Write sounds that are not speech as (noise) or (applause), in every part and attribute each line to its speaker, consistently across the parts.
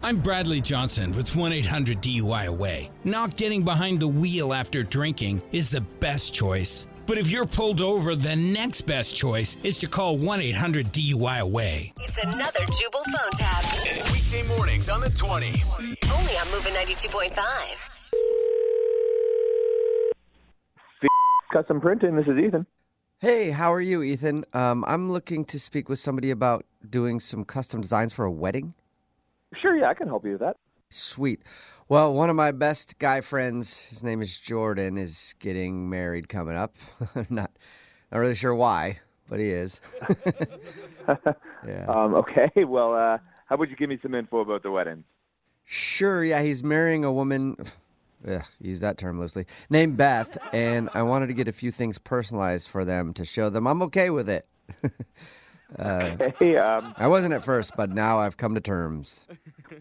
Speaker 1: I'm Bradley Johnson with 1 800 DUI Away. Not getting behind the wheel after drinking is the best choice. But if you're pulled over, the next best choice is to call 1 800 DUI Away.
Speaker 2: It's another Jubal phone tab.
Speaker 3: Weekday mornings on the 20s.
Speaker 2: Only on Moving 92.5.
Speaker 4: Custom Printing. This is Ethan.
Speaker 5: Hey, how are you, Ethan? Um, I'm looking to speak with somebody about doing some custom designs for a wedding.
Speaker 4: Sure, yeah, I can help you with that.
Speaker 5: Sweet. Well, one of my best guy friends, his name is Jordan, is getting married coming up. (laughs) I'm not, not really sure why, but he is. yeah.
Speaker 4: Um, okay, (laughs) well, uh, how about you give me some info about the wedding?
Speaker 5: Sure, yeah, he's marrying a woman. (sighs) Ugh, use that term loosely. Named Beth, and I wanted to get a few things personalized for them to show them I'm okay with it. uh,
Speaker 4: Hey, um,
Speaker 5: I wasn't at first, but now I've come to terms.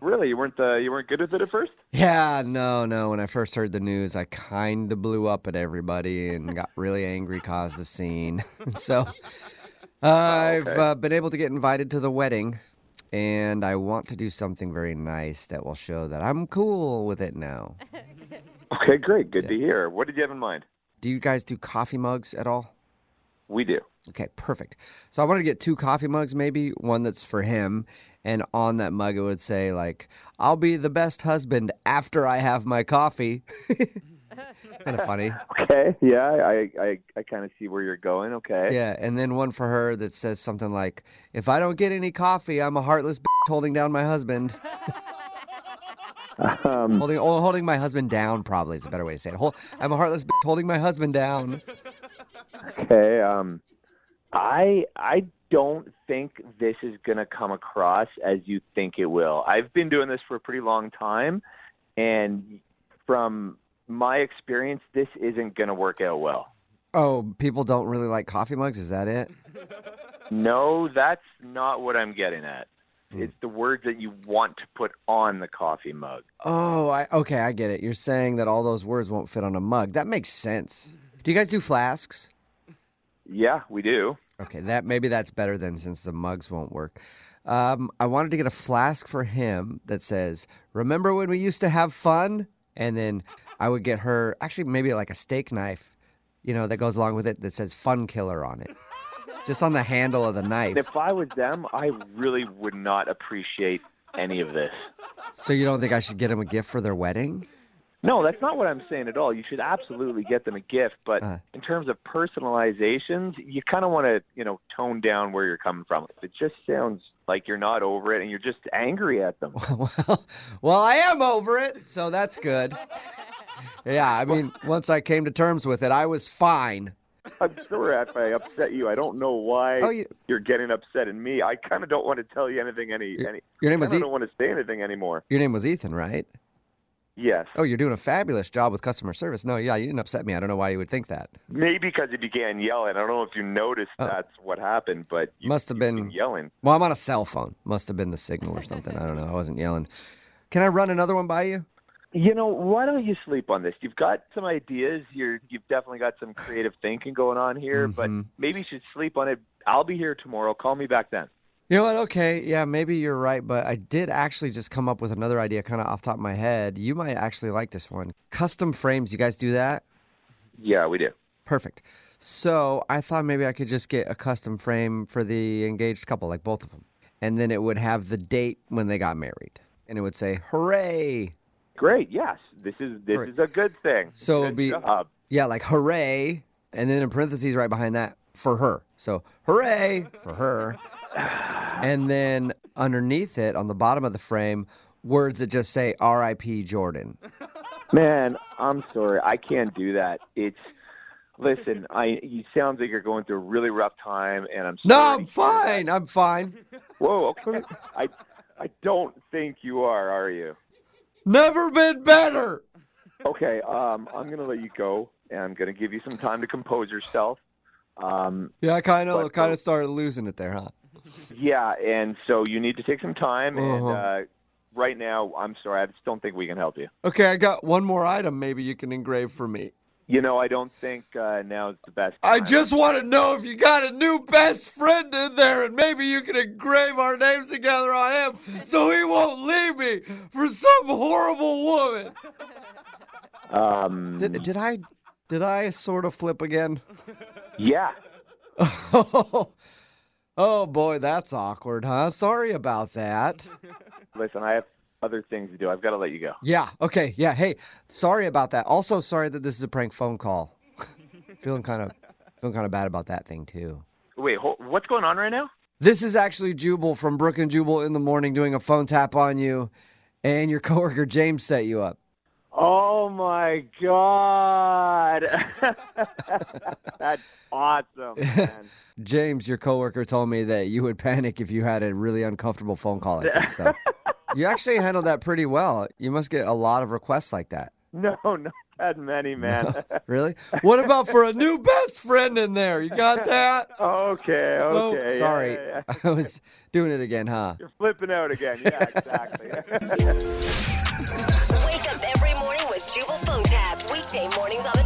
Speaker 4: really, you weren't uh, you weren't good with it at first?
Speaker 5: Yeah, no, no. When I first heard the news, I kind of blew up at everybody and got really angry, caused a scene. (laughs) so uh, I've uh, been able to get invited to the wedding, and I want to do something very nice that will show that I'm cool with it now.
Speaker 4: Okay, great, good to hear. What did you have in mind?
Speaker 5: Do you guys do coffee mugs at all?
Speaker 4: We do.
Speaker 5: Okay, perfect. So I wanted to get two coffee mugs, maybe one that's for him, and on that mug it would say like, "I'll be the best husband after I have my coffee." (laughs) kind of funny,
Speaker 4: Okay, yeah, I I, I kind of see where you're going. Okay.
Speaker 5: yeah. And then one for her that says something like, "If I don't get any coffee, I'm a heartless b- holding down my husband,
Speaker 4: (laughs) Um,
Speaker 5: holding oh, holding my husband down." Probably is a better way to say it. Hol- I'm a heartless b- holding my husband down.
Speaker 4: okay. Um, I I don't think this is gonna come across as you think it will. I've been doing this for a pretty long time, and from my experience, this isn't gonna work out well.
Speaker 5: Oh, people don't really like coffee mugs. Is that it?
Speaker 4: No, that's not what I'm getting at. It's the words that you want to put on the coffee mug.
Speaker 5: Oh, I okay, I get it. You're saying that all those words won't fit on a mug. That makes sense. Do you guys do flasks?
Speaker 4: Yeah, we do.
Speaker 5: Okay, that maybe that's better than since the mugs won't work. Um, I wanted to get a flask for him that says, "Remember when we used to have fun?" And then I would get her actually maybe like a steak knife, you know, that goes along with it that says "Fun Killer" on it, just on the handle of the
Speaker 4: And
Speaker 5: knife.
Speaker 4: if I was them, I really would not appreciate any of this.
Speaker 5: So you don't think I should get him a gift for their wedding? (laughs)
Speaker 4: No, that's not what I'm saying at all. You should absolutely get them a gift, but
Speaker 5: Uh.
Speaker 4: in terms of personalizations, you kind of want to, you know, tone down where you're coming from. It just sounds like you're not over it and you're just angry at them.
Speaker 5: well, well, I am over it, so that's good. Yeah, I mean, once I came to terms with it, I was fine.
Speaker 4: I'm sure if I upset you, I don't know why
Speaker 5: Oh, you-
Speaker 4: are getting upset at me. I kind of don't want to tell you anything any any.
Speaker 5: Your name
Speaker 4: I
Speaker 5: was
Speaker 4: don't
Speaker 5: E-
Speaker 4: want to say anything anymore.
Speaker 5: your name was Ethan, right?
Speaker 4: Yes,
Speaker 5: Oh, you're doing a fabulous job with customer service. No, yeah, you didn't upset me. I don't know why you would think that.
Speaker 4: maybe because you began yelling. I don't know if you noticed
Speaker 5: Oh.
Speaker 4: that's what happened, but you
Speaker 5: Must have
Speaker 4: you've
Speaker 5: been-
Speaker 4: yelling.
Speaker 5: Well, I'm on a cell phone. Must have been the signal or something. I don't know. I wasn't yelling. Can I run another one by you?
Speaker 4: You know, why don't you sleep on this? You've got some ideas. You're you've definitely got some creative thinking going on here, but
Speaker 5: Mhm.
Speaker 4: maybe you should sleep on it. I'll be here tomorrow. Call me back then.
Speaker 5: You know what? Okay, yeah, maybe you're right, but I did actually just come up with another idea, kind of off the top of my head. You might actually like this one. Custom frames. You guys do that?
Speaker 4: Yeah, we do.
Speaker 5: Perfect. So I thought maybe I could just get a custom frame for the engaged couple, like both of them. And then it would have the date when they got married. And it would say, hooray.
Speaker 4: Great. Yes, this is this
Speaker 5: Great.
Speaker 4: is a good thing.
Speaker 5: So
Speaker 4: Good
Speaker 5: it'll be-
Speaker 4: job.
Speaker 5: Yeah, like hooray. And then in parentheses right behind that, for her. So hooray for her. And then underneath it on the bottom of the frame, words that just say RIP Jordan.
Speaker 4: Man, I'm sorry. I can't do that. It's listen. I. You sounds like you're going through a really rough time, and I'm.
Speaker 5: No,
Speaker 4: sorry
Speaker 5: I'm
Speaker 4: to hear that.
Speaker 5: fine. I'm fine.
Speaker 4: Whoa. Okay. (laughs) I. I don't think you are. Are you?
Speaker 5: Never been better.
Speaker 4: Okay. Um. I'm gonna let you go, and I'm gonna give you some time to compose yourself. Um.
Speaker 5: Yeah, I kind of
Speaker 4: What
Speaker 5: kind
Speaker 4: the-
Speaker 5: of started losing it there, huh?
Speaker 4: Yeah. And so you need to take some time. And
Speaker 5: Uh-huh.
Speaker 4: uh, right now, I'm sorry. I just don't think we can help you.
Speaker 5: Okay, I got one more item maybe you can engrave for me.
Speaker 4: You know, I don't think uh, now is the best.
Speaker 5: I
Speaker 4: time.
Speaker 5: just want to know if you got a new best friend in there, and maybe you can engrave our names together on him so he won't leave me for some horrible woman.
Speaker 4: Um,
Speaker 5: Did, did I, did I sort of flip again? (laughs)
Speaker 4: yeah,
Speaker 5: oh boy, that's awkward, huh? Sorry about that.
Speaker 4: listen, I have other things to do. I've got to let you go.
Speaker 5: Yeah. Okay. Yeah. Hey, sorry about that. Also, sorry that this is a prank phone call. (laughs) feeling kind of, feeling kind of bad about that thing too.
Speaker 4: Wait, ho- what's going on right now?
Speaker 5: This is actually Jubal from Brook and Jubal in the morning doing a phone tap on you, and your (laughs) coworker James set you up.
Speaker 4: Oh my god, (laughs) that's awesome, man.
Speaker 5: James, your coworker told me that you would panic if you had a really uncomfortable phone call like this.
Speaker 4: (laughs)
Speaker 5: So you actually handled that pretty well. You must get a lot of requests like that.
Speaker 4: (laughs) No, not that many, man. (laughs)
Speaker 5: Really? What about for a new best friend in there? You got that?
Speaker 4: (laughs) okay,
Speaker 5: Oh,
Speaker 4: okay. yeah,
Speaker 5: sorry.
Speaker 4: yeah, yeah.
Speaker 5: (laughs) I was doing it again, huh?
Speaker 4: You're flipping out again. Yeah, exactly. (laughs)
Speaker 2: Wake up every morning with Jubal phone tabs. Weekday mornings on the